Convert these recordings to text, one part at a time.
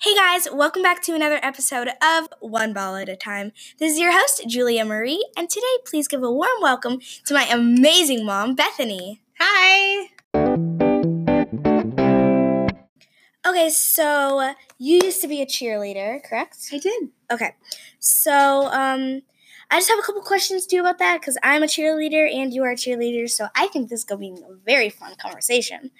Hey guys, welcome back to another episode of One Ball at a Time. This is your host, Julia Marie, and today please give a warm welcome to my amazing mom, Bethany. Hi! Okay, so you used to be a cheerleader, correct? I did. Okay, so um, I just have a couple questions too about that because I'm a cheerleader and you are a cheerleader, so I think this is going to be a very fun conversation.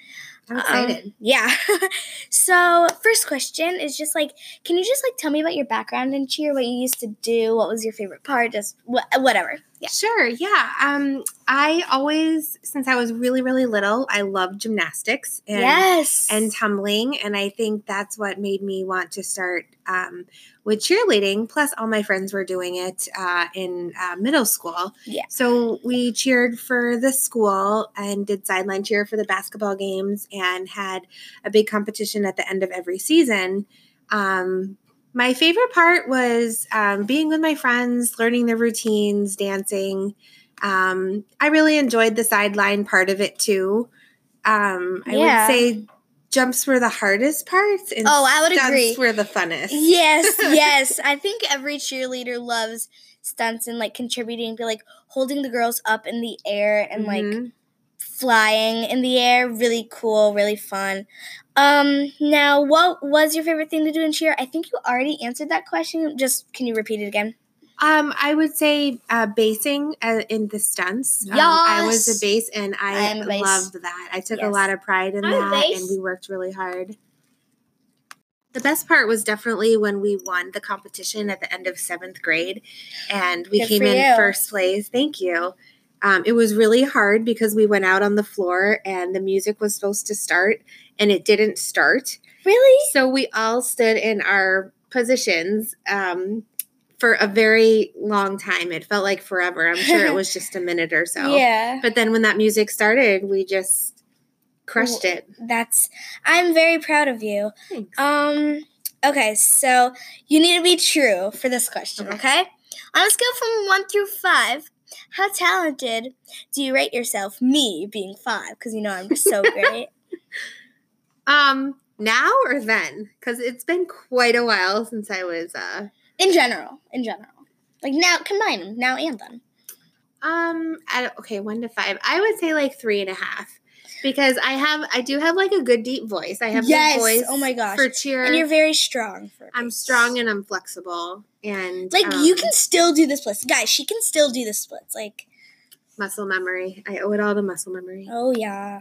I'm Um, excited. yeah. so, first question is just like, can you just like tell me about your background in cheer? What you used to do? What was your favorite part? Just wha- whatever. Yeah. Sure. Yeah. Um, I always, since I was really, really little, I loved gymnastics and yes. and tumbling, and I think that's what made me want to start um, with cheerleading. Plus, all my friends were doing it uh, in uh, middle school. Yeah. So we cheered for the school and did sideline cheer for the basketball games, and had a big competition at the end of every season. Um, my favorite part was um, being with my friends, learning their routines, dancing. Um, I really enjoyed the sideline part of it too. Um, I Yeah. would say jumps were the hardest parts, and Oh, I would stunts agree. were the funnest. yes, yes. I think every cheerleader loves stunts and like contributing to like holding the girls up in the air and like Mhm. flying in the air. Really cool, really fun. Um now what was your favorite thing to do in cheer? I think you already answered that question. Just can you repeat it again? um, I would say uh, basing uh, in the stunts. Um, I was Yes. a base, and I, I am a base. loved that. I took a Yes. lot of pride in I'm a that, base. and we worked really hard. The best part was definitely when we won the competition at the end of seventh grade, and we Good came for in you. first place. Thank you. Um, it was really hard because we went out on the floor and the music was supposed to start, and it didn't start. Really? So we all stood in our positions um, for a very long time. It felt like forever. I'm sure it was just a minute or so. Yeah. But then when that music started, we just crushed it. That's I'm very proud of you. Um okay, so you need to be true for this question, Okay. okay? On a scale from 1 through 5, how talented do you rate yourself? Me being 5 because you know I'm so great. Um, now or then? Because it's been quite a while since I was. Uh, In general, in general. Like now combine them, now and then. um, I, don't- okay, one to five. I would say like three and a half. Because I have, I do have like a good deep voice. I have Yes. the voice. Oh my gosh. For cheer, And you're very strong for I'm this. strong and I'm flexible. And like you um, can still do the splits. Guys, she can still do the splits. Like, muscle memory. I owe it all to muscle memory. oh yeah.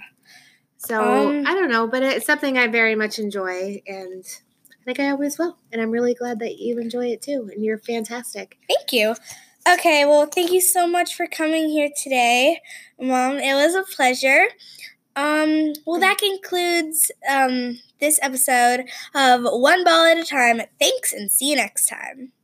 So um, I don't know, but it's something I very much enjoy, and I think I always will. And I'm really glad that you enjoy it too, and you're fantastic. Thank you. Okay, well, thank you so much for coming here today, Mom. It was a pleasure. Um, well, that concludes um, this episode of One Ball at a Time. Thanks, and see you next time.